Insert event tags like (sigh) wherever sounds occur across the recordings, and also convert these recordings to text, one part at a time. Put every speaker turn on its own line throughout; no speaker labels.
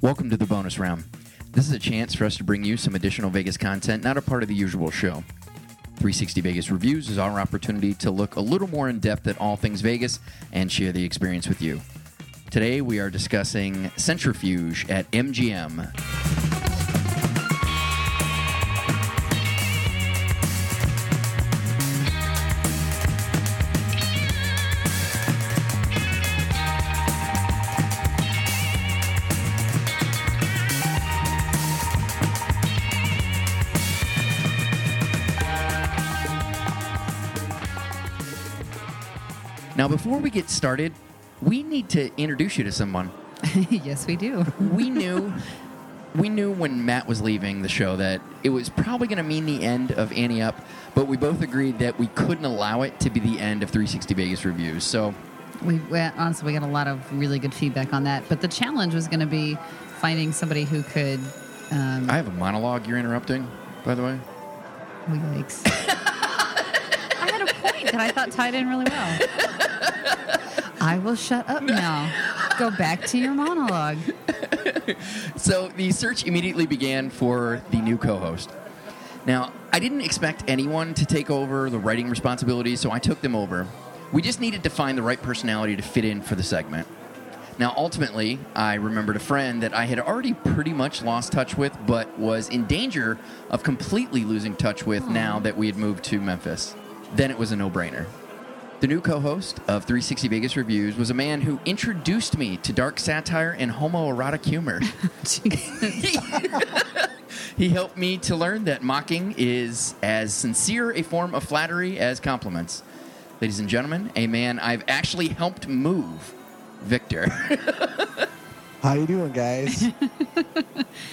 Welcome to the bonus round. This is a chance for us to bring you some additional Vegas content not a part of the usual show. 360 Vegas Reviews is our opportunity to look a little more in depth at all things Vegas and share the experience with you. Today we are discussing Centrifuge at MGM. Now, before we get started, we need to introduce you to someone.
(laughs) yes, we do.
We knew, we knew when Matt was leaving the show that it was probably going to mean the end of Annie Up, but we both agreed that we couldn't allow it to be the end of 360 Vegas reviews. So,
We, we honestly we got a lot of really good feedback on that, but the challenge was going to be finding somebody who could. Um,
I have a monologue you're interrupting, by the way.
oh, yikes! (laughs) I had a point that I thought tied in really well. I will shut up now. Go back to your (laughs) monologue.
So the search immediately began for the new co-host. Now, I didn't expect anyone to take over the writing responsibilities, so I took them over. We just needed to find the right personality to fit in for the segment. Now, ultimately, I remembered a friend that I had already pretty much lost touch with, but was in danger of completely losing touch with now that we had moved to Memphis. Then it was a no brainer. The new co host of 360 Vegas Reviews was a man who introduced me to dark satire and homoerotic humor.
Jeez.
He helped me to learn that mocking is as sincere a form of flattery as compliments. Ladies and gentlemen, a man I've actually helped move, Victor.
(laughs)
How you doing, (laughs) guys?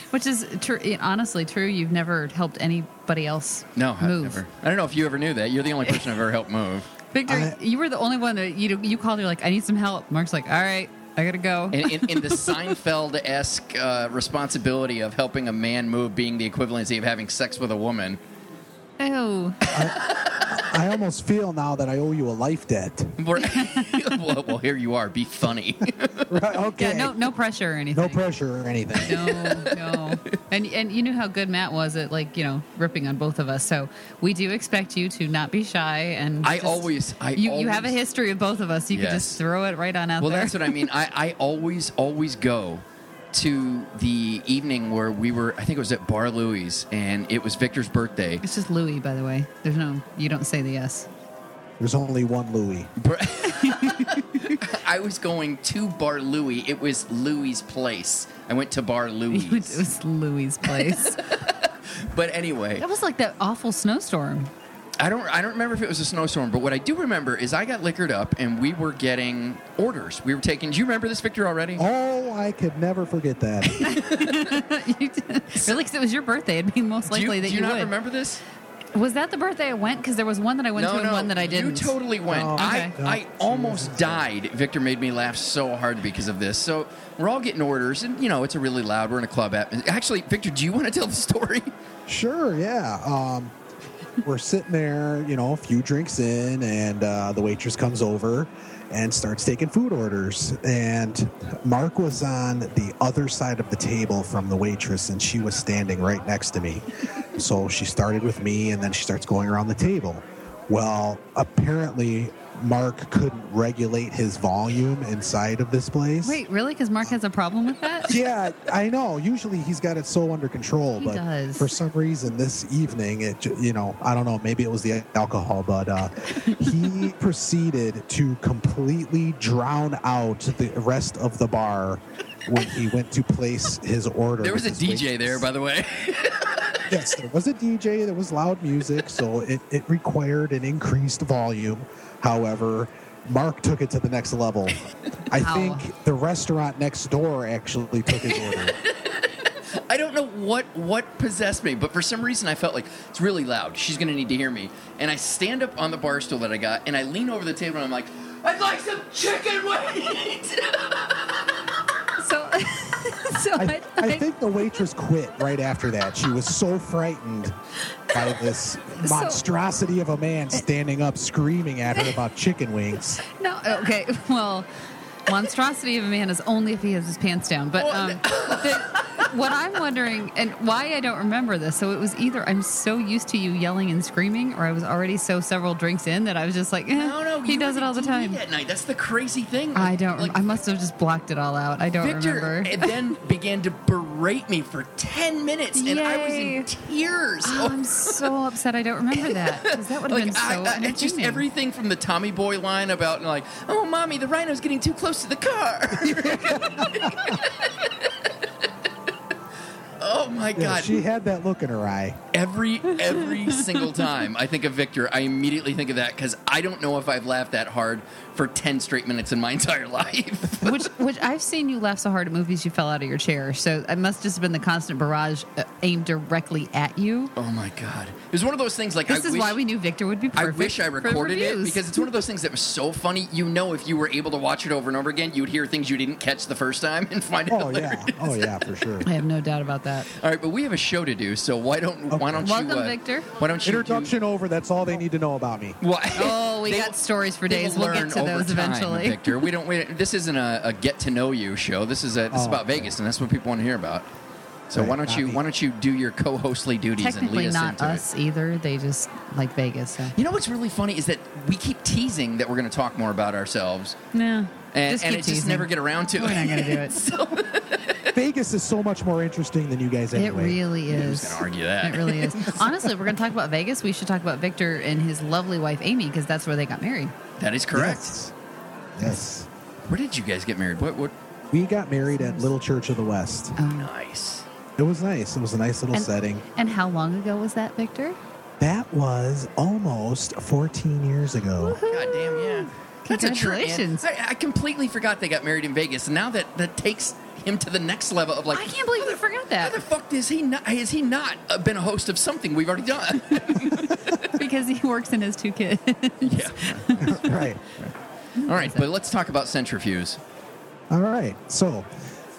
Which is tr- honestly true. You've never helped anybody else
no, I've
move.
never. I don't know if you ever knew that. You're the only person I've ever helped move.
Victor,
I-
you were the only one that you you called. You're like, I need some help. Mark's like, all right, I gotta go.
And in, in the Seinfeld esque uh, responsibility of helping a man move being the equivalency of having sex with a woman. (laughs)
Oh,
I almost feel now that I owe you a life debt.
We're- (laughs) well, well, here you are. Be
(laughs)
funny.
(laughs) Right, okay.
yeah. No, no pressure or anything.
No pressure or anything.
(laughs)
No, no. And and you knew how good Matt was at like you know ripping on both of us. So we do expect you to not be shy. And
I
just-
always- I
you you have a
always-
history of both of us. You could
Yes.
just throw it right on out
Well,
there.
that's what I mean. I, I always, always go to the evening where we were, I think it was at Bar Louie's, and it was Victor's birthday.
It's just Louis, by the way. There's no you don't say the S. (laughs)
There's only one Louis.
Br- (laughs) I was going to Bar Louie. It was Louie's place. I went to
(laughs)
Bar
it
Louie's.
was Louis's
(laughs)
place.
But anyway,
that was like that awful snowstorm. (laughs)
I don't, I don't remember if it was a snowstorm, but what I do remember is I got liquored up and we were getting orders. We were taking, do you remember this, Victor, already?
Oh, I could never forget that.
You did- really, 'cause it was your birthday. It'd be most
do you,
likely that
do
you,
you not
would.
remember this?
Was that the birthday I went? Because there was one that I went to and one that I didn't.
You totally went.
Oh,
I,
okay.
I almost died. Victor made me laugh so hard because of this. So we're all getting orders, and you know it's a really loud. We're in a club atmosphere. Actually, Victor, do you want to tell the story?
Sure, yeah. Um, we're sitting there, you know, a few drinks in, and uh, the waitress comes over and starts taking food orders. And Mark was on the other side of the table from the waitress, and she was standing right next to me. so she started with me, and then she starts going around the table. Well, apparently, Mark couldn't regulate his volume inside of this place.
Wait, really? Because Mark has a problem
(laughs)
with that? (laughs)
Yeah, I know. Usually he's got it so under control,
He
but
does.
for some reason this evening, it ju- you know, I don't know. Maybe it was the alcohol, but uh, he
(laughs)
proceeded to completely drown out the rest of the bar when he went to place his order.
There was a
with his
DJ there,
waitress.
by the way.
(laughs)
(laughs)
yes, there was a DJ. There was loud music, so it, it required an increased volume. However, Mark took it to the next level. I
Wow.
think the restaurant next door actually took his order.
I don't know what what possessed me, but for some reason I felt like it's really loud. She's gonna need to hear me. And I stand up on the bar stool that I got, and I lean over the table, and I'm like, I'd like some chicken wings.
So, so
I,
I,
I think the waitress quit right after that. She was so frightened by this monstrosity
Eh.
of a man standing up screaming at her about chicken wings.
no. Okay. (laughs) Well, monstrosity of a man is only if he has his pants down. But
(laughs)
um, the, what I'm wondering, and why I don't remember this, so it was either I'm so used to you yelling and screaming, or I was already so several drinks in that I was just like, eh,
No, no,
(laughs) he
you
does
were
it all the
on TV
time.
That night, that's the crazy thing.
I don't.
Like,
rem I must have just blocked it all out. I don't
Victor
remember.
and (laughs) then began to berate me for ten minutes, and I was
Yay.
in tears.
(gasps)
Oh,
Oh, I'm so upset. I don't remember that 'cause that would have
Like,
been so
I- I- it's just
entertaining.
everything from the Tommy Boy line about like, oh, mommy, the rhino's getting too close to the car. (laughs) oh my
Yeah,
god!
she had that look in her eye.
every every single time I think of Victor, I immediately think of that because I don't know if I've laughed that hard for ten straight minutes in my entire (laughs) life.
which which I've seen you laugh so hard at movies you fell out of your chair. So it must just have been the constant barrage uh, aimed directly at you.
oh my god! It was one of those things like
This
I
is
wish,
why we knew Victor would be
I
perfect.
wish I
for
recorded it
reviews.
because it's one of those things that was so funny. You know, if you were able to watch it over and over again, you'd hear things you didn't catch the first time and find it
Oh
hilarious.
yeah, oh yeah,
(laughs)
for sure.
I have no doubt about that.
All right, but we have a show to do, so why don't why don't you
Welcome,
uh,
Victor.
Why don't you do-
Introduction over. That's all they need to know about me.
Why-
(laughs) Oh, we
They
got
will-
stories for
they
days.
will
We'll get
learn
to
over
those
time,
eventually.
Victor, we don't. We, this isn't a, a get to know you show. This is a this is
Oh,
about
okay.
Vegas, and that's what people want to hear about. So
Right,
why don't
not
you
me.
why don't you do your co-hostly duties and lead
Technically,
us
not
into
us
it?
either. They just like Vegas. So.
You know what's really funny is that we keep teasing that we're going to talk more about ourselves,
No,
and,
just
and
keep
it just
teasing.
never get around to
We're
it.
not going
(laughs)
to do it.
Vegas is so much more interesting than you guys
It
anyway.
really
Who's
is.
gonna argue that?
It really
(laughs)
is. Honestly, if we're going to talk about Vegas. We should talk about Victor and his lovely wife Amy because that's where they got married.
that is correct.
Yes. Yes.
Where did you guys get married? What? What?
We got married at Little Church of the West.
Oh.
Nice.
It was nice. It was a nice little
And-
setting.
And how long ago was that, Victor?
That was almost 14 years ago.
God damn, yeah. That's a trip, man.
Congratulations.
I, I completely forgot they got married in Vegas. Now that that takes him to the next level of like,
I can't believe we forgot
how the (laughs)
that
fuck does he not? Has he not uh, been a host of something we've already done? (laughs)
because he works and has two kids. (laughs)
yeah.
(laughs) right.
All right, but let's talk about centrifuge.
All right. So,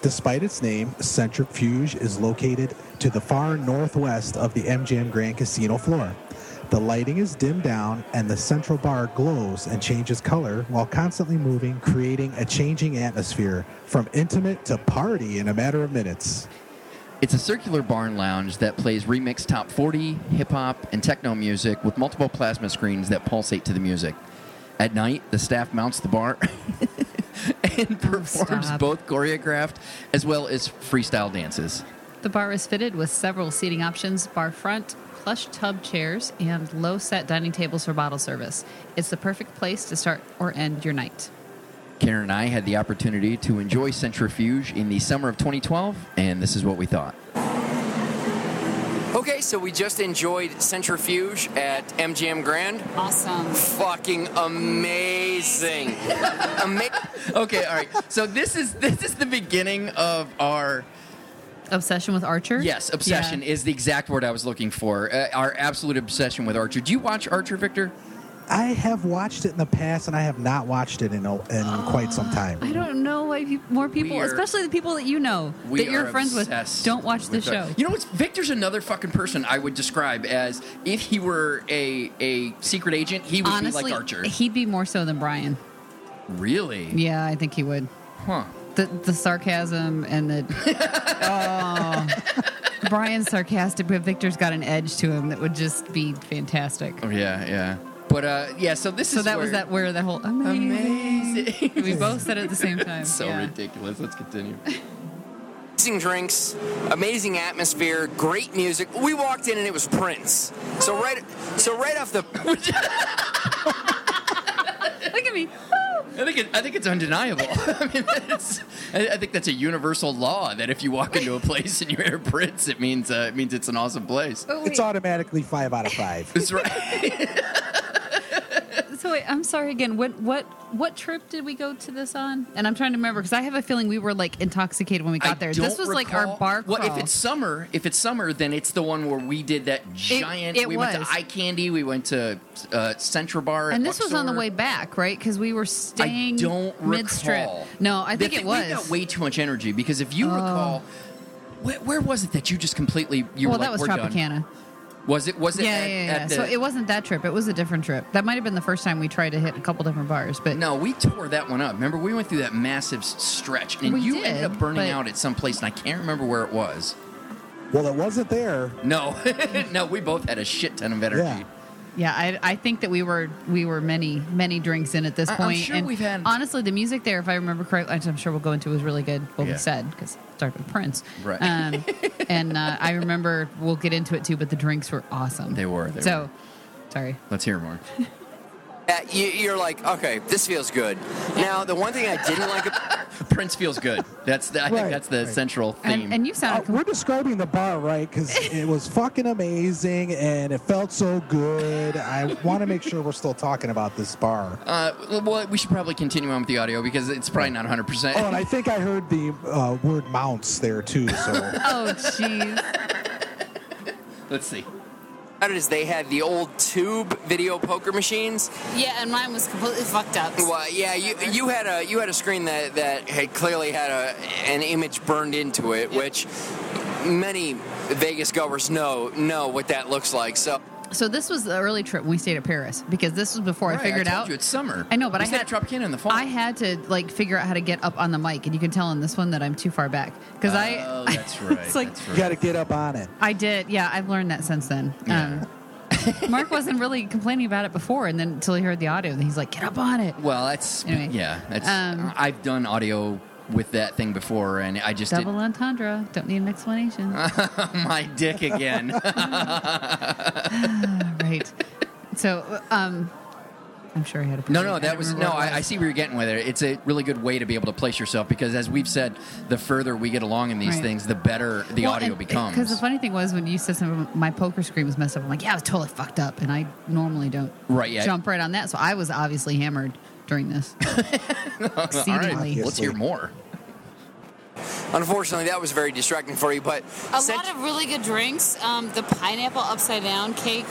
despite its name, Centrifuge is located to the far northwest of the MGM Grand Casino floor. The lighting is dimmed down, and the central bar glows and changes color while constantly moving, creating a changing atmosphere from intimate to party in a matter of minutes.
It's a circular barn lounge that plays remixed top 40, hip hop, and techno music with multiple plasma screens that pulsate to the music. At night, the staff mounts the bar (laughs) and performs
stop.
both choreographed as well as freestyle dances.
the bar is fitted with several seating options, bar front, plush tub chairs, and low set dining tables for bottle service. It's the perfect place to start or end your night.
Karen and I had the opportunity to enjoy Centrifuge in the summer of 2012, and this is what we thought. Okay, so we just enjoyed Centrifuge at MGM Grand.
Awesome.
Fucking amazing. okay, all right. So this is this is the beginning of our
Obsession with Archer?
yes, obsession
Yeah.
is the exact word I was looking for. Uh, our absolute obsession with Archer. Do you watch Archer, Victor?
I have watched it in the past, and I have not watched it in, a, in quite some time.
Ah, I don't know why peop more people,
We are-
especially the people that you know
we
that you're
are
friends with,
obsessed
don't watch the
with
show.
You know what's Victor's another fucking person I would describe as if he were a a secret agent, he would
Honestly,
be like Archer.
he'd be more so than Brian.
really?
Yeah, I think he would.
Huh.
The, the sarcasm and the.
(laughs)
oh. Brian's sarcastic, but Victor's got an edge to him that would just be fantastic.
Oh, yeah, yeah. But uh yeah, so this
So
is
that was
where-
that where the whole amazing.
amazing. (laughs)
We both said it at the same time.
so
yeah.
ridiculous. Let's continue.
(laughs) Amazing drinks, amazing atmosphere, great music. We walked in and it was Prince. So right, so right off the
Look at me.
I think it, I think it's undeniable. (laughs) I mean, that's, I, I think that's a universal law that if you walk into a place and you wear prints, it means uh, it means it's an awesome place.
Oh, wait.
It's automatically five out of five.
(laughs) That's
(laughs)
right.
So wait, I'm sorry again. What what what trip did we go to this on? And I'm trying to remember because I have a feeling we were like intoxicated when we got
I
there.
don't
This was like our
recall-
bar crawl.
Well, if it's summer, if it's summer, then it's the one where we did that giant.
it
we went
was.
to Eye Candy. We went to uh, Centra Bar, at
and this was on the
Luxor.
way back, right? Because we were
I
staying
don't
mid-strip.
recall.
No, I
The
think it
thing-
was. Oh.
We got way too much energy because if you recall, where, where was it that you just completely you were
well,
like,
that was
"We're done."
Tropicana.
Was it? Was it?
yeah,
at,
yeah,
at
yeah.
the-
so it wasn't that trip. It was a different trip. That might have been the first time we tried to hit a couple different bars, but
No, we tore that one up. Remember, we went through that massive s- stretch, and
We
you
did,
ended up burning
but-
out at some place, and I can't remember where it was.
Well, it wasn't there.
No, (laughs) no, we both had a shit ton of
Yeah.
energy.
Yeah, I, I think that we were we were many many drinks in at this
I- I'm
point.
sure
and
we've had-
honestly the music there, if I remember correctly, which I'm sure we'll go into was really good. What
Yeah.
we said because started with Prince,
Right.
Um,
(laughs)
and uh, I remember we'll get into it too, but the drinks were awesome.
They were, they
so
were.
sorry.
Let's hear
(laughs)
more.
That- Uh, you, you're like, okay, this feels good. Now, the one thing I didn't like, ab-
(laughs) Prince feels good. That's the, I think
Right,
that's the
right.
central theme.
And, and you
Uh,
Oh.
sounded
we're describing the bar right because it (laughs) was fucking amazing and it felt so good. I want to make sure we're still talking about this (laughs) bar.
Uh, well, we should probably continue on with the audio because it's probably not 100. percent
Oh, and I think I heard the uh, word mounts there too. So
oh jeez,
Let's see.
about it is they had the old tube video poker machines.
(laughs) Yeah, and mine was completely fucked up.
Well, yeah, you you had a you had a screen that that had clearly had a an image burned into it, which many Vegas goers know know what that looks like. So
so this was the early trip when we stayed at Paris because this was before I
Right,
figured
told
out
you it's summer.
I know, but
we
I
stayed
had-
at Tropicana in the fall.
I had to like figure out how to get up on the mic, and you can tell in this one that I'm too far back because
Oh, (laughs)
I
that's right.
it's like-
that's
(laughs) you
right.
got to get up on it.
I did. Yeah, I've learned that since then. Um, (laughs) Mark wasn't really complaining about it before, and then until he heard the audio, then he's like, "Get up on it."
Well, that's
Anyway.
yeah. That's
Um,
I've done audio with that thing before, and I just
Double entendre. Don't need an explanation.
(laughs) did my dick again.
right. So, um, I'm sure he had a.
no,
point.
no,
I
that
don't
was no.
remember what it
I, I see where you're getting with it. It's a really good way to be able to place yourself because, as we've said, the further we get along in these
Right.
things, the better the audio becomes. (laughs)
Because the funny thing was when you said something, my poker screen was messed up. I'm like, yeah, I was totally fucked up, and I normally don't
Right, yeah.
jump right on that. So I was obviously hammered during this.
All right,
Exceedingly.
let's hear more.
unfortunately, that was very distracting for you. But
a
since-
lot of really good drinks. Um, the pineapple upside down cake.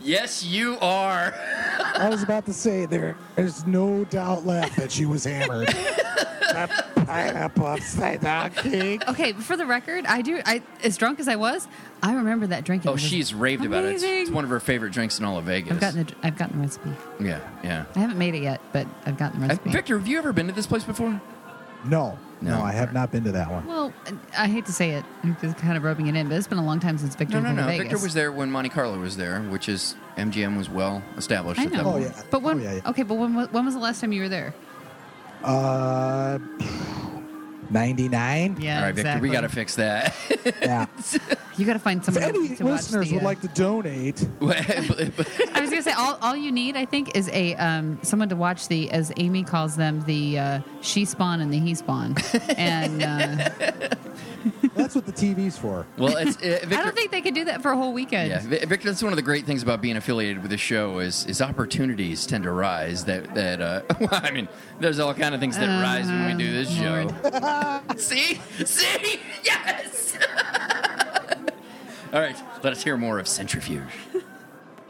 Yes, you are.
I was about to say there. There's no doubt left that she was (laughs) hammered. That pineapple upside down cake.
Okay, for the record, I do. I as drunk as I was, I remember that drink. It
Oh,
was
she's raved about it. It's, it's
amazing.
one of her favorite drinks in all of Vegas.
I've gotten the I've gotten the recipe.
Yeah, yeah.
I haven't made it yet, but I've gotten the
Uh,
recipe.
Victor, have you ever been to this place before?
No, no,
No.
I have not been to that one.
well, I hate to say it, I'm just kind of rubbing it in, but it's been a long time since
No,
Victor.
no,
been to
no.
Vegas.
Victor was there when Monte Carlo was there, which is MGM was well established
I
at that
know.
point.
Oh, yeah.
But when?
Oh, yeah, yeah.
Okay, but when? wa- When was the last time you were there?
Uh, ninety nine.
Yeah,
All right, Victor, we got to fix that. (laughs)
(laughs) Yeah.
You got to find
If
somebody
any
to watch
listeners
the,
would
uh,
like to donate,
(laughs) uh,
I was gonna say all, all you need, I think, is a um, someone to watch the as Amy calls them the uh, she spawn and the
(laughs)
he spawn, and uh,
that's what the TV's for.
well, it's, uh, Victor,
I don't think they could do that for a whole weekend.
Yeah, Vi- Victor. That's one of the great things about being affiliated with the show is is opportunities tend to rise. That that uh, (laughs) well, I mean, there's all kind of things
Oh,
that rise when we do this show. (laughs)
(laughs)
See, see, yes. (laughs) all right, let us hear more of Centrifuge.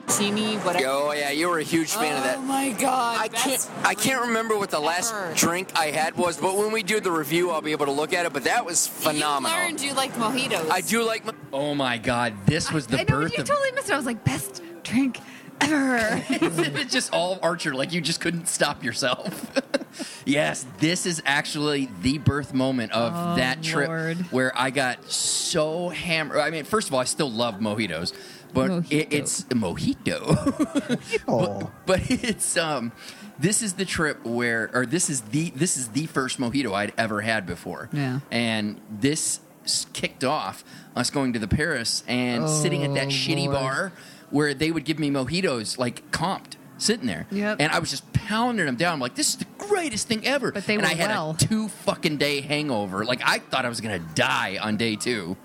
Teeny, whatever.
oh yeah, you were a huge fan of
Oh
that.
my god.
I
best
can't I can't remember what the last
ever.
drink I had was, but when we do the review, I'll be able to look at it. But that was
You
phenomenal.
learned you liked mojitos.
I do like. My-
Oh my God, this was the
I know, but
birth
you
of.
totally missed it. I was like, best drink
(laughs)
ever.
it's just all Archer, like you just couldn't stop yourself. (laughs) yes, this is actually the birth moment of
Oh,
that trip
Lord.
where I got so hammered. I mean, first of all, I still love mojitos, but It,
Mojito.
it's mojito. (laughs)
Oh,
but (laughs) it's um, this is the trip where, or this is the this is the first mojito I'd ever had before.
Yeah.
and this s- kicked off us going to the Paris and sitting at that
Oh,
shitty
Lord.
bar where they would give me mojitos like comped sitting there.
Yep.
And I was just pounding them down. I'm like, this is the greatest thing ever.
But they
and
were
I had
well.
a two fucking day hangover. Like I thought I was gonna die on day two.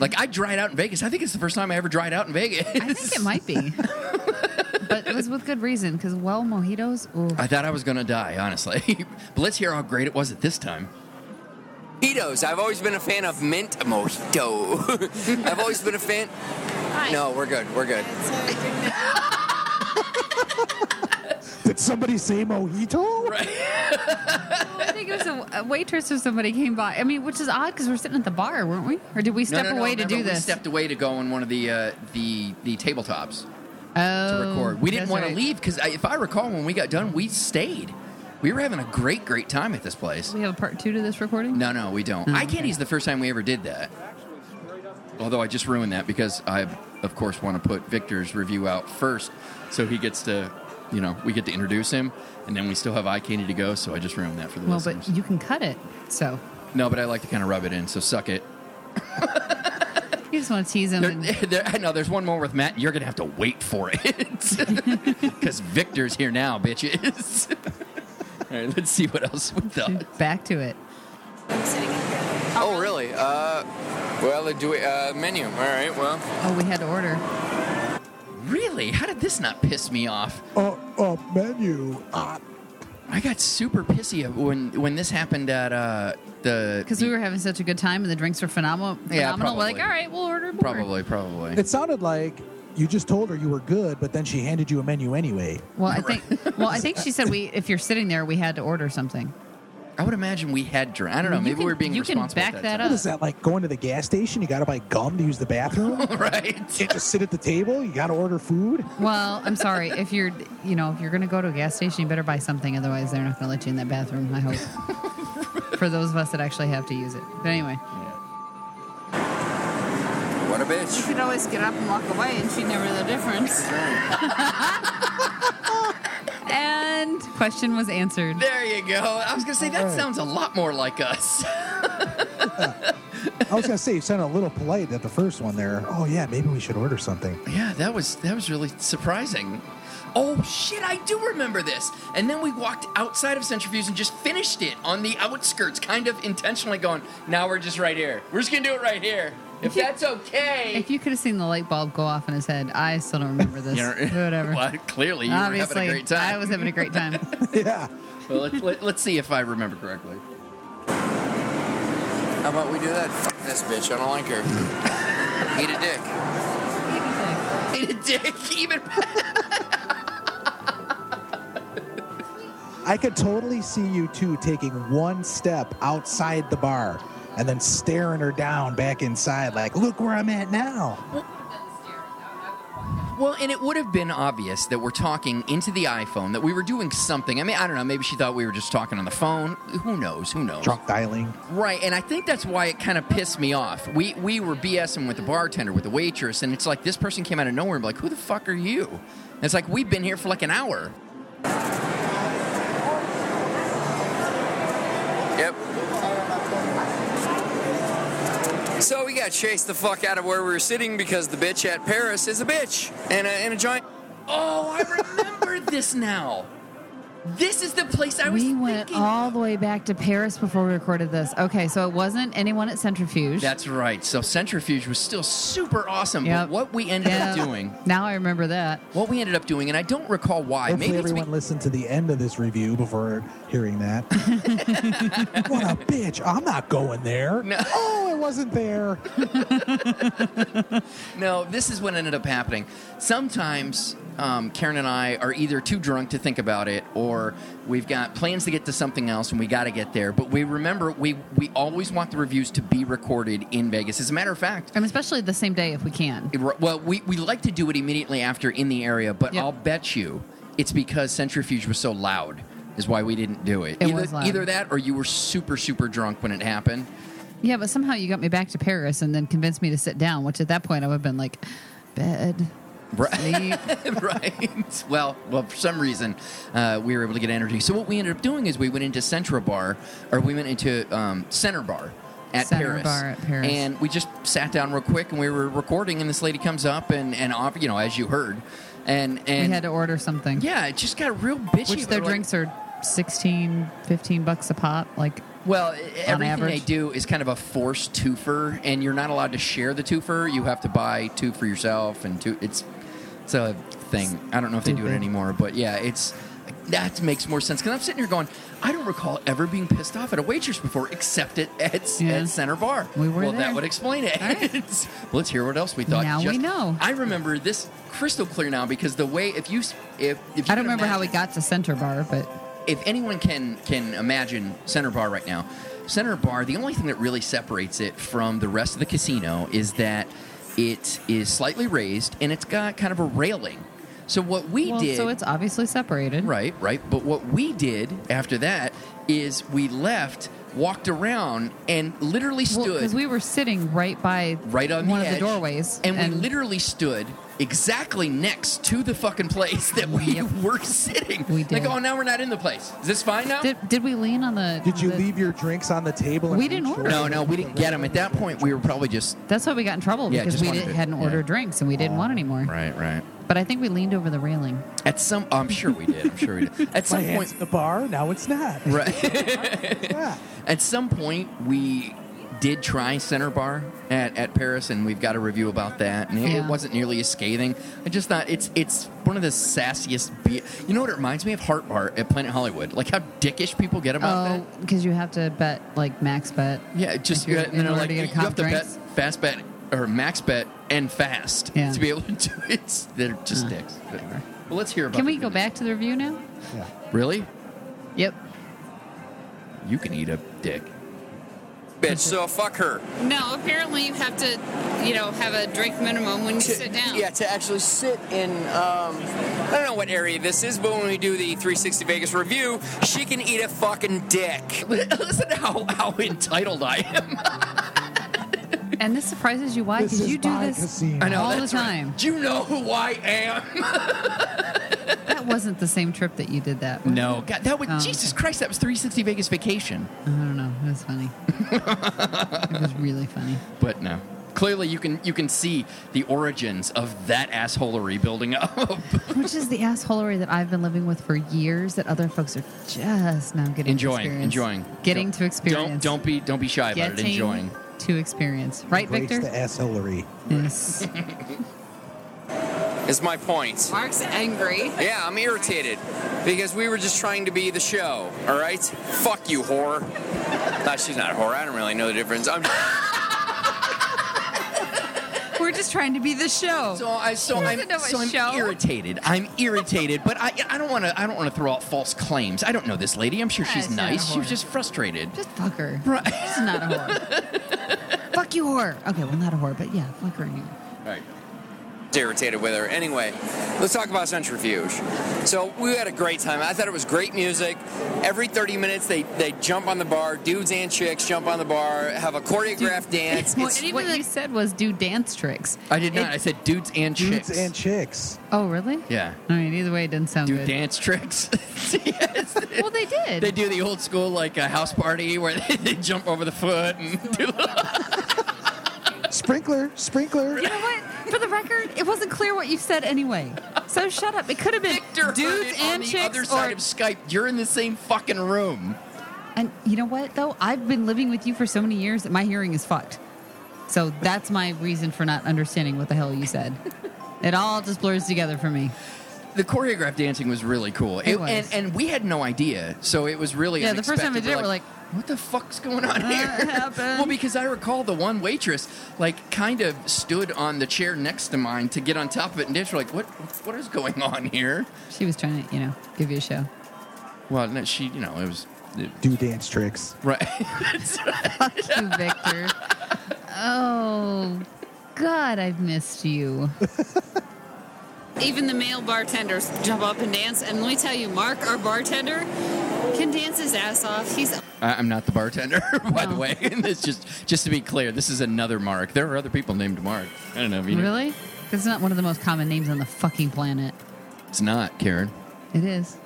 Like I dried out in Vegas. I think it's the first time I ever dried out in Vegas.
I think it might be, but it was with good reason because well mojitos. Ooh.
I thought I was gonna die, honestly. (laughs) but let's hear how great it was at this time.
Mojitos. I've always been a fan of mint mojito. (laughs) I've always been a fan. No, we're good. We're good.
did Did somebody say mojito?
I think it was a, a waitress or somebody came by. I mean, which is odd because we're sitting at the bar, weren't we? Or did we
No,
step
no, no,
away to
remember we
do this?
stepped away to go on one of the uh, the the tabletops to
oh,
record. We didn't
that's
want
right.
to leave because if I recall, when we got done, we stayed. We were having a great, great time at this place.
Do we have a part two to this recording?
No, no, we don't. Eye candy is the first time we ever did that. Although I just ruined that because I, of course, want to put Victor's review out first, so he gets to, you know, we get to introduce him, and then we still have eye candy to go. So I just ruined that for the
Well,
listeners.
but you can cut it. So
no, but I like to kind of rub it in. So suck it.
you just want to tease
(laughs)
him.
There,
And,
there, I know there's one more with Matt. and You're gonna have to wait for it (laughs) because Victor's here now, bitches. (laughs) All right, let's see what else we thought.
back to it.
sitting in here.
Oh, really? Uh, well, do we, uh, menu. All right, well.
Oh, we had to order.
Really? How did this not piss me off?
Uh, uh, menu. Uh,
I got super pissy when when this happened at uh, the
Because
the-
we were having such a good time and the drinks were phenomenal.
Yeah,
phenomenal. We're like,
probably.
all right, we'll order more.
probably probably.
it sounded like you just told her you were good, but then she handed you a menu anyway.
Well,
(laughs)
I think. Well, I think she said we. If you're sitting there, we had to order something.
I would imagine we had drink. I don't know.
You
Maybe
can-
we were being
you can
responsible at
back
that
that
What is that like going to the gas station? You got to buy gum to use the bathroom?
up, (laughs) right?
Can't just sit at the table. You got to order food.
Well, I'm sorry. If you're, you know, if you're going to go to a gas station, you better buy something. Otherwise, they're not going to let you in that bathroom. I hope.
(laughs)
For those of us that actually have to use it. But anyway,
What a
You
bitch.
could always get up and walk away, and she'd never know the difference.
(laughs) and question was answered.
There you go. I was gonna say that
All right.
sounds a lot more like us. (laughs)
I was gonna say you sounded a little polite at the first one there. Oh yeah, maybe we should order something. (laughs)
Yeah, that was that was really surprising. Oh shit, I do remember this. And then we walked outside of Centrifuge and just finished it on the outskirts, kind of intentionally going, now we're just right here. We're just gonna do it right here. If
you-
that's okay.
If you could have seen the light bulb go off in his head, I still don't
(laughs)
remember this.
You know,
(laughs) Whatever.
Well, clearly you
Obviously,
were having a great time.
I was having a
(laughs)
great time.
yeah.
well, let, let, let's see if I remember correctly.
How about we do that? Fuck this bitch. I don't like her.
(laughs)
Eat a
Eat
dick.
a dick, (laughs) even
I could totally see you two taking one step outside the bar and then staring her down back inside, like, look where I'm at now.
Well, and it would have been obvious that we're talking into the iPhone, that we were doing something. I mean, I don't know. Maybe she thought we were just talking on the phone. Who knows? Who knows?
Drunk dialing.
Right, and I think that's why it kind of pissed me off. We we were BSing with the bartender, with the waitress, and it's like this person came out of nowhere and be like, "Who the fuck are you?" And it's like we've been here for like an hour.
Yep. So we got chased the fuck out of where we were sitting because the bitch at Paris is a bitch and a, and a giant.
Oh, I remember (laughs) this now. This is the place I was
We went
thinking.
all the way back to Paris before we recorded this. Okay, so it wasn't anyone at Centrifuge.
that's right. So Centrifuge was still super awesome, but
Yep.
what we ended up
Yeah.
doing,
Now I remember that.
what we ended up doing, and I don't recall why.
Hopefully,
Maybe it's
everyone listened to the end of this review before
(laughs)
hearing that. what a bitch. I'm not going there.
No.
Oh, I wasn't there.
No, this is what ended up happening. Sometimes um, Karen and I are either too drunk to think about it, or we've got plans to get to something else, and we got to get there. But we remember we we always want the reviews to be recorded in Vegas. As a matter of fact.
And especially the same day if we can.
it- Well, we, we like to do it immediately after in the area, but
Yep.
I'll bet you it's because Centrifuge was so loud, is why we didn't do it.
It
either,
was loud.
either that or you were super, super drunk when it happened.
Yeah, but somehow you got me back to Paris and then convinced me to sit down, which at that point I would have been like, bed.
Right. (laughs) right. Well, well, for some reason, uh, we were able to get energy. So what we ended up doing is we went into Central Bar, or we went into um, Center Bar at
Center
Paris.
Bar at Paris.
And we just sat down real quick, and we were recording, and this lady comes up and and off, you know, as you heard, and and
We had to order something.
yeah, it just got real bitchy.
which
but
their
like-
drinks are 16, 15 bucks a pop. Like,
Well, e- everything
average.
they do is kind of a forced twofer, and you're not allowed to share the twofer. You have to buy two for yourself, and two. It's it's a thing. I don't know if they do it
Stupid.
anymore, but yeah, it's that makes more sense because I'm sitting here going, I don't recall ever being pissed off at a waitress before, except at at,
Yeah.
at Center Bar.
We were
well,
there.
that would explain it. (laughs) Well, Let's hear what else we thought.
Now we know.
I remember this crystal clear now because the way if you s- if if you
I
could
don't remember how we
imagine-
got to Center Bar, but
if anyone can can imagine Center Bar right now, Center Bar, the only thing that really separates it from the rest of the casino is that it is slightly raised and it's got kind of a railing. So what we
well,
did
so it's obviously separated.
Right, right. But what we did after that is we left, walked around, and literally stood
because we were sitting right by
right on
one
the
of the
edge,
doorways,
and, we literally stood exactly next to the fucking place that we (laughs)
Yep.
were sitting.
We did.
Like, oh, now we're not in the place. Is this fine now?
did, did we lean on the?
(laughs)
Did you
the-
leave your drinks on the table? and
We didn't
reach
order.
no,
over?
no, we didn't get them. At that point, we were probably just
That's why we got in trouble
Yeah,
because
just
we
one of
didn't,
it.
hadn't
Yeah.
ordered drinks and we didn't want any more.
right, right.
But I think we leaned over the railing.
At some, oh, I'm sure we did. I'm sure we did. At
My
some
hands
point,
at the bar. Now it's not.
right. (laughs)
Yeah.
At some point, we did try Center Bar at, at Paris, and we've got a review about that. And it, it
Yeah.
wasn't nearly as scathing. I just thought it's it's one of the sassiest. Be- you know what it reminds me of? Heart Bar at Planet Hollywood. Like how dickish people get about
Oh,
Uh, that.
because you have to bet like max bet.
Yeah, it just
If you're-
yeah, and
in
they're
order
like
to get a
you
comp
have to
drinks?
bet fast bet or max bet and fast
Yeah.
to be able (laughs) to do it. They're just
Huh.
dicks. But anyway. Well, let's hear about.
Can
the
we go
goodness.
back to the review now?
yeah.
Really?
Yep.
You can eat a dick.
Bitch, so fuck her.
No, apparently you have to, you know, have a drink minimum when you sit down.
Yeah, to actually sit in. Um, I don't know what area this is, but when we do the 360 Vegas review, she can eat a fucking dick.
(laughs) Listen to how, how entitled I am.
And this surprises you. Why?
This
Because
is
you do
my
this
casino.
I know
all the
that's right.
time.
Do you know who I am?
That wasn't the same trip that you did that. was
No,
it?
God, that was
Oh,
Jesus Christ. That was 360 Vegas vacation.
I don't know. It was
(laughs)
funny. it was really funny.
But no, clearly you can you can see the origins of that assholery building up.
Which is the assholery that I've been living with for years that other folks are just now getting to
enjoying,
experience.
enjoying,
Getting
Don't-
to experience.
Don't don't be don't be shy about
Getting
it. Enjoying.
to experience. Right,
Grace
Victor?
the assholery.
(laughs) Yes.
Is my point.
Mark's angry.
Yeah, I'm irritated because we were just trying to be the show. All right, fuck you, whore. Nah, she's not a whore. I don't really know the difference. I'm
We're just trying to be the show.
So I so
He
I'm
doesn't know
so
what
I'm
show.
irritated. I'm irritated, but I I don't want to I don't want to throw out false claims. I don't know this lady. I'm sure
Yeah,
she's
it's not a
nice. She was
whore.
just frustrated.
just fuck her.
Right.
She's not a whore. (laughs) fuck you, whore. Okay, well, not a whore, but yeah, fuck her. anyway.
Right.
irritated with her. Anyway, let's talk about Centrifuge. So we had a great time. I thought it was great music. Every 30 minutes, they, they jump on the bar. Dudes and chicks jump on the bar, have a choreographed dance.
What,
It's-
what you said was do dance tricks.
I did not.
It-
I said dudes and
Dudes
chicks.
and chicks.
oh, really?
yeah.
I mean, either way, it didn't sound
Do
good.
dance
(laughs)
tricks. yes.
Well, they did.
They do the old school like a house party where (laughs) they, they jump over the foot and do
Sprinkler, sprinkler.
You know what? For the record, it wasn't clear what you said anyway. So shut up. It could have been
Victor heard
dudes
it on
and
the
chicks.
other
or,
side of Skype. You're in the same fucking room.
and you know what though? I've been living with you for so many years that my hearing is fucked. So that's my reason for not understanding what the hell you said. it all just blurs together for me.
The choreographed dancing was really cool.
It was.
And, and we had no idea, so it was really
Yeah, the first time we
unexpected.
did it, we're
what the fuck's going on here? (laughs)
happened?
well, because I recall the one waitress like kind of stood on the chair next to mine to get on top of it and dance. We're like, what what is going on here?
She was trying to, you know, give you a show.
Well, no, she, you know, it was it-
Do dance tricks.
right. (laughs)
Fuck you, Victor. oh, God, I've missed you.
Even the male bartenders jump up and dance. And let me tell you, Mark, our bartender, can dance his ass off. He's
I, I'm not the bartender, (laughs) by the
No.
way. And it's just just to be clear, this is another Mark. There are other people named Mark. I don't know if you know.
Really? That's not one of the most common names on the fucking planet.
It's not Karen.
It is.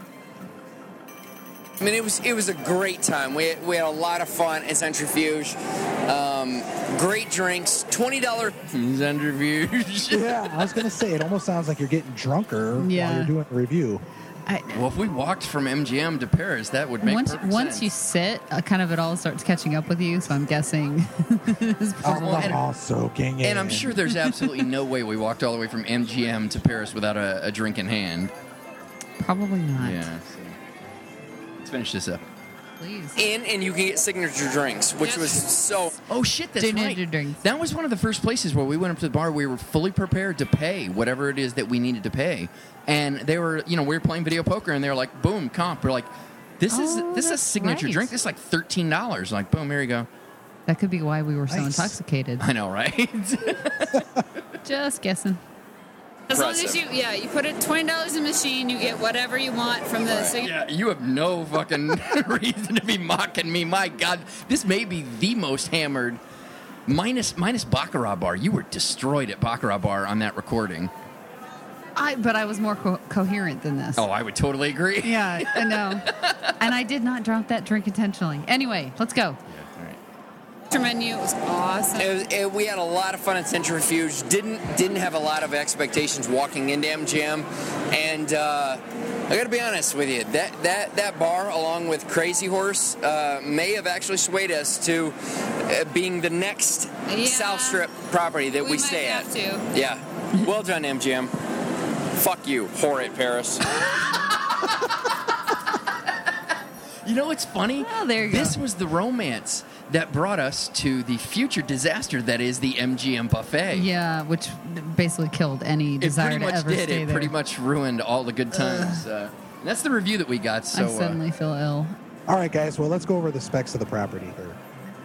I mean, it was it was a great time. We had, we had a lot of fun at Centrifuge. Um, great drinks. Twenty
(laughs)
dollar.
He's under view.
Yeah, I was gonna say it almost sounds like you're getting drunker
Yeah.
while you're doing a review.
I,
(laughs) Well, if we walked from MGM to Paris, that would make
once
perfect
once
sense.
you sit, uh, kind of it all starts catching up with you. So I'm guessing. (laughs) it's probably-
and-
Alcohol soaking in.
and I'm sure there's absolutely no way we walked all the way from MGM to Paris without a, a drink in hand.
Probably not.
Yeah. so- Let's finish this up.
Please.
In and you can get signature drinks, which
Yes.
was so
Oh shit, that's
Signature
right.
drinks.
That was one of the first places where we went up to the bar. We were fully prepared to pay whatever it is that we needed to pay, and they were, you know, we were playing video poker, and they were like, "Boom, comp." We're like, "This is
Oh,
this is a
that's
signature
right.
drink. This is like thirteen dollars." Like, boom, here you go. (laughs)
That could be why we were so
Nice.
intoxicated.
I know, right?
Just guessing.
As long as
Impressive.
you, yeah, you put it twenty dollars in the machine, you get whatever you want from the. So you-
(laughs) yeah, you have no fucking (laughs) reason to be mocking me. My God, this may be the most hammered. Minus minus baccarat bar, you were destroyed at baccarat bar on that recording.
I, but I was more co- coherent than this.
Oh, I would totally agree. (laughs)
Yeah,
(laughs)
I know. and I did not drop that drink intentionally. Anyway, let's go.
All right.
Your menu was awesome.
It was, it, we had a lot of fun at Centrifuge. Didn't didn't have a lot of expectations walking into MGM, and uh, I got to be honest with you. That that that bar, along with Crazy Horse, uh, may have actually swayed us to uh, being the next
Yeah.
South Strip property that we,
We might
stay
have
at.
to.
Yeah. Well done, MGM. Fuck you, whore at Paris.
(laughs) You know what's funny?
Oh, there you
this
go.
was the romance that brought us to the future disaster that is the MGM buffet.
Yeah, which basically killed any
it
desire
pretty
to
much
ever
did.
stay
It
there.
pretty much ruined all the good times. Uh, and that's the review that we got. So uh,
I suddenly feel ill.
All right, guys. Well, let's go over the specs of the property here.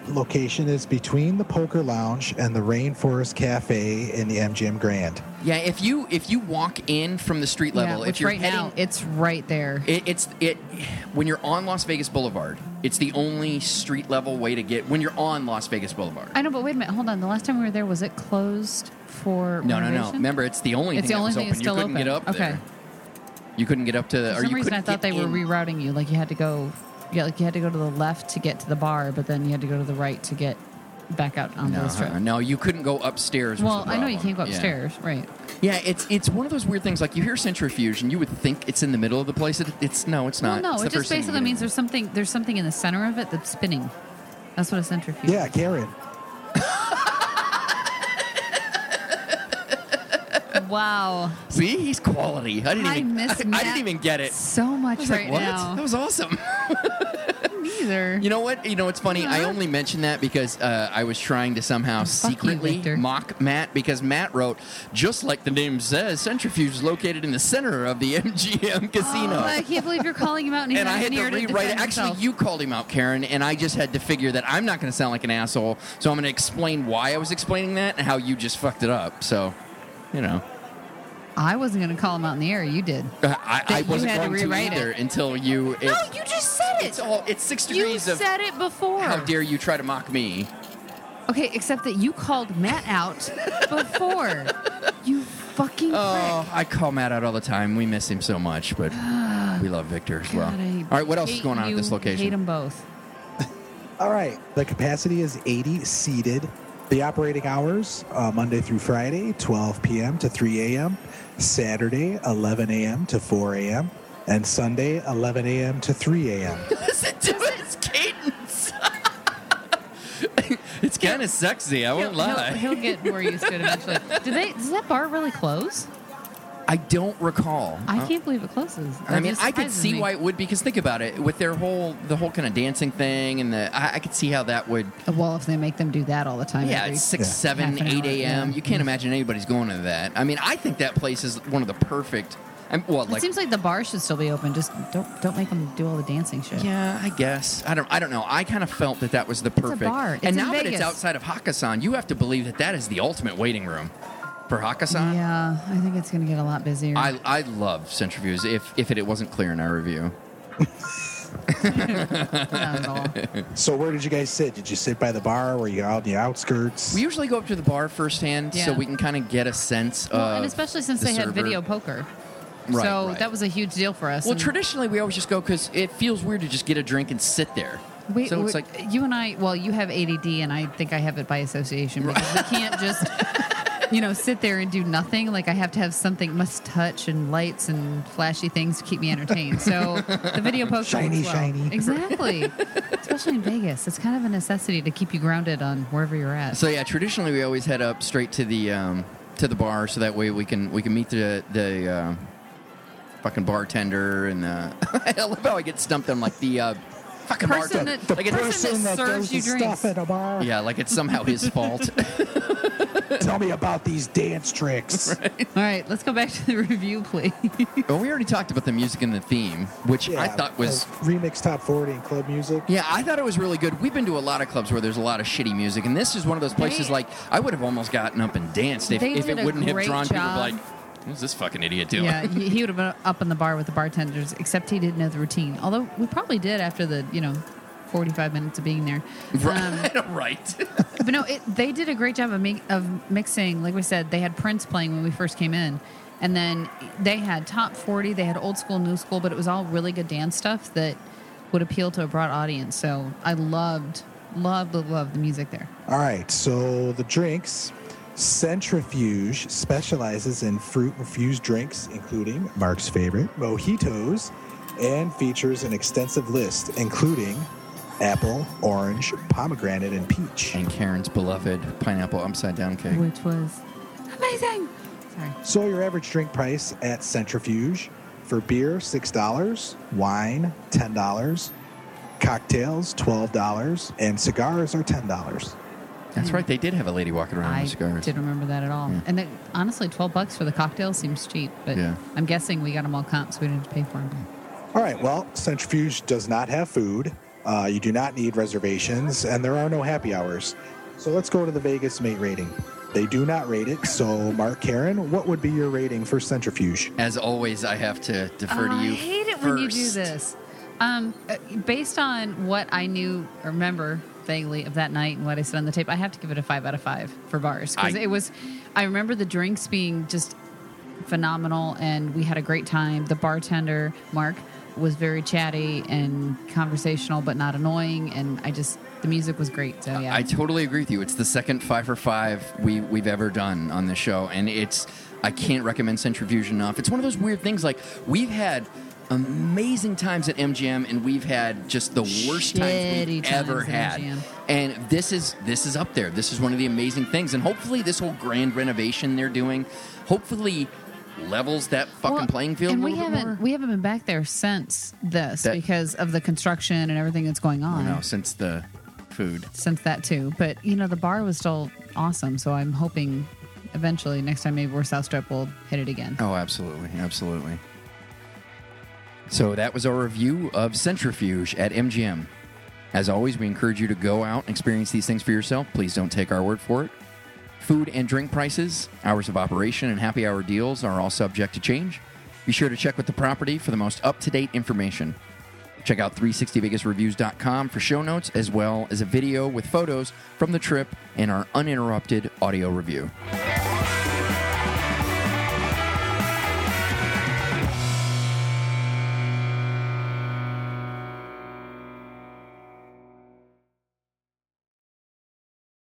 Location is between the Poker Lounge and the Rainforest Cafe in the MGM Grand.
uh, yeah, if you if you walk in from the street level,
yeah,
if
which
you're
right
heading,
now it's right there.
it, it's it when you're on Las Vegas Boulevard, it's the only street level way to get when you're on Las Vegas Boulevard.
I know, but wait a minute. Hold on. The last time we were there, was it closed for
no, no,
renovation?
no. Remember, it's the only
It's
thing
the only
that was
thing
open.
that's still
you couldn't
open.
get up
Okay.
there. You couldn't get up to the.
For
or
some
you
reason, I
couldn't
thought
get
they were
in.
rerouting you. Like you had to go, yeah, like you had to go to the left to get to the bar, but then you had to go to the right to get back out on
No,
the strip.
uh-uh. no, you couldn't go upstairs. was
Well,
the
I know you
problem.
can't go
Yeah.
upstairs, right?
Yeah. it's it's one of those weird things. Like you hear centrifuge, and you would think it's in the middle of the place. It, it's no, it's not. It's
well,
the
no, it just
first thing you
basically
get.
means there's something there's something in the center of it that's spinning. That's what a centrifuge.
Yeah,
is.
Karen.
Wow.
See, he's quality. I didn't
I
even. (laughs)
miss
I, I
Matt
didn't even get it.
So much
I was
right
like, what? (laughs)
now. Oh,
That was awesome.
Neither.
You know what? You know what's funny? I only mentioned that because uh, I was trying to somehow
Uh-huh. Fuck you,
secretly
Victor.
mock Matt because Matt wrote, just like the name says, centrifuge is located in the center of the (laughs) MGM casino.
I can't believe you're calling him out, and, he's
and
not
I had
even
to
here
rewrite it.
defend
Actually,
himself.
you called him out, Karen, and I just had to figure that I'm not going to sound like an asshole, so I'm going to explain why I was explaining that and how you just fucked it up. So, you know,
I wasn't going to call him out in the air. You did.
I, I
you
wasn't
had to
going to,
rewrite it.
either until you. It,
no, you just said it.
it's all. It's six
you
degrees of
said it before.
how dare you try to mock me.
Okay, except that you called Matt out
(laughs)
before. you fucking.
Oh, I call Matt out all the time. We miss him so much,
(sighs)
but we love Victor as well.
prick. God, I
all right, what else is
hate
going on
you,
at this
Hate
location?
them both.
All right. The capacity is 80 seated. The operating hours uh, Monday through Friday, 12 p.m. to 3 a.m. Saturday, 11 a.m. to 4 a.m. And Sunday, 11 a.m. to 3 (laughs) a.m.
(laughs) Listen to his cadence. (laughs) it's kind of sexy. I won't
He'll- he'll-
lie.
He'll, get more used to
(laughs)
it eventually. Do they? Does that bar really close?
I don't recall.
I can't believe it closes. That
I mean,
just
I could
surprises
see
me.
why it would because think about it with their whole the whole kind of dancing thing and the I, I could see how that would
Well, if they make them do that all the time,
yeah
every-
it's six
Yeah.
seven
Half an
eight
hour,
a.m.
yeah. Mm.
You can't imagine anybody's going to that. I mean, I think that place is one of the perfect. I'm, well,
It
like
seems like the bar should still be open. Just don't don't make them do all the dancing shit.
Yeah, I guess. I don't. I don't know. I kind of felt that that was the perfect.
bar. It's
and
in
now that it's
Vegas.
outside of Hakkasan, you have to believe that that is the ultimate waiting room for Hakkasan.
Yeah, I think it's gonna get a lot busier.
I, I love Centrifuge. If if it wasn't clear in our review,
Not
(laughs)
at all.
Uh,
So, where did you guys sit? Did you sit by the bar? Were you out in the outskirts?
we usually go up to the bar firsthand so
Yeah.
we can kind of get a sense of.
well, and especially since
the
they had
server.
video poker,
Right,
so
right.
that was a huge deal for us.
Well,
and-
traditionally we always just go because it feels weird to just get a drink and sit there.
We,
so it's
we-
like
you and I. Well, you have ADD, and I think I have it by association because we can't just, (laughs) you know, sit there and do nothing. Like I have to have something, must touch and lights and flashy things to keep me entertained. So the
(laughs)
video poker,
Shiny,
works well.
shiny.
exactly. Especially in Vegas, it's kind of a necessity to keep you grounded on wherever you're at.
So yeah, traditionally we always head up straight to the um, to the bar, so that way we can we can meet the the uh, fucking bartender and uh, (laughs) I love how I get stumped on like the uh, fucking
Person
bartender.
that- the
like it's,
person that serves
does the
you drinks.
stuff at a bar.
yeah, like it's somehow his fault.
(laughs)
Tell me about these
(laughs)
dance tricks.
(laughs) All right, let's go back to the review, please.
well, we already talked about the music and the theme, which I
Yeah,
thought was
uh, remix top forty and club music.
Yeah, I thought it was really good. We've been to a lot of clubs where there's a lot of shitty music, and this is one of those places
They-
like I would have almost gotten up and danced if,
They
if
did
it
a
wouldn't have
great
drawn people
job.
like, what's this fucking idiot doing?
yeah, he, he would have been up in the bar with the bartenders, except he didn't know the routine. Although we probably did after the you know, forty-five minutes of being there.
(laughs)
Um,
right. (laughs) right.
but no, it, they did a great job of, mi- of mixing. Like we said, they had Prince playing when we first came in, and then they had top forty. They had old school, new school, but it was all really good dance stuff that would appeal to a broad audience. So I loved, loved, loved, loved the music there.
All right, so the drinks. Centrifuge specializes in fruit infused drinks, including Mark's favorite, mojitos, and features an extensive list, including apple, orange, pomegranate, and peach.
And Karen's beloved pineapple upside down cake.
which was amazing. Sorry.
So your average drink price at Centrifuge for beer six dollars, wine ten dollars, cocktails twelve dollars, and cigars are ten dollars.
That's right. They did have a lady walking around
I
with cigars.
didn't remember that at all. And that, honestly, 12 bucks for the cocktail seems cheap, but
Yeah.
I'm guessing we got them all comp, so we didn't have to pay for them.
All right. Well, Centrifuge does not have food. Uh, you do not need reservations, and there are no happy hours. So let's go to the Vegas mate rating. They do not rate it. So, Mark, Karen, what would be your rating for Centrifuge?
As always, I have to defer to
Oh,
you.
I hate it when you do
first.
this. Um, uh, based on what I knew or remember vaguely of that night and what I said on the tape, I have to give it a five out of five for bars because
I-
it was. I remember the drinks being just phenomenal, and we had a great time. The bartender Mark was very chatty and conversational, but not annoying, and I just the music was great. So yeah,
I totally agree with you. It's the second five for five we, we've ever done on this show, and it's I can't recommend Centrifuge enough. It's one of those weird things. Like we've had amazing times at MGM, and we've had just the worst times
Shitty
we've
times
ever
at
had.
MGM.
And this is this is up there. This is one of the amazing things, and hopefully this whole grand renovation they're doing, hopefully levels that fucking
Well,
playing field.
And
a
we
little bit
haven't
more.
we haven't been back there since this
That-
because of the construction and everything that's going on.
no since the food.
Since that too, but you know the bar was still awesome, so I'm hoping eventually next time maybe we're South Strip we'll hit it again.
Oh, absolutely, absolutely. So that was our review of Centrifuge at MGM. As always, we encourage you to go out and experience these things for yourself. Please don't take our word for it. Food and drink prices, hours of operation, and happy hour deals are all subject to change. Be sure to check with the property for the most up to date information. Check out 360vegasreviews.com for show notes as well as a video with photos from the trip and our uninterrupted audio review.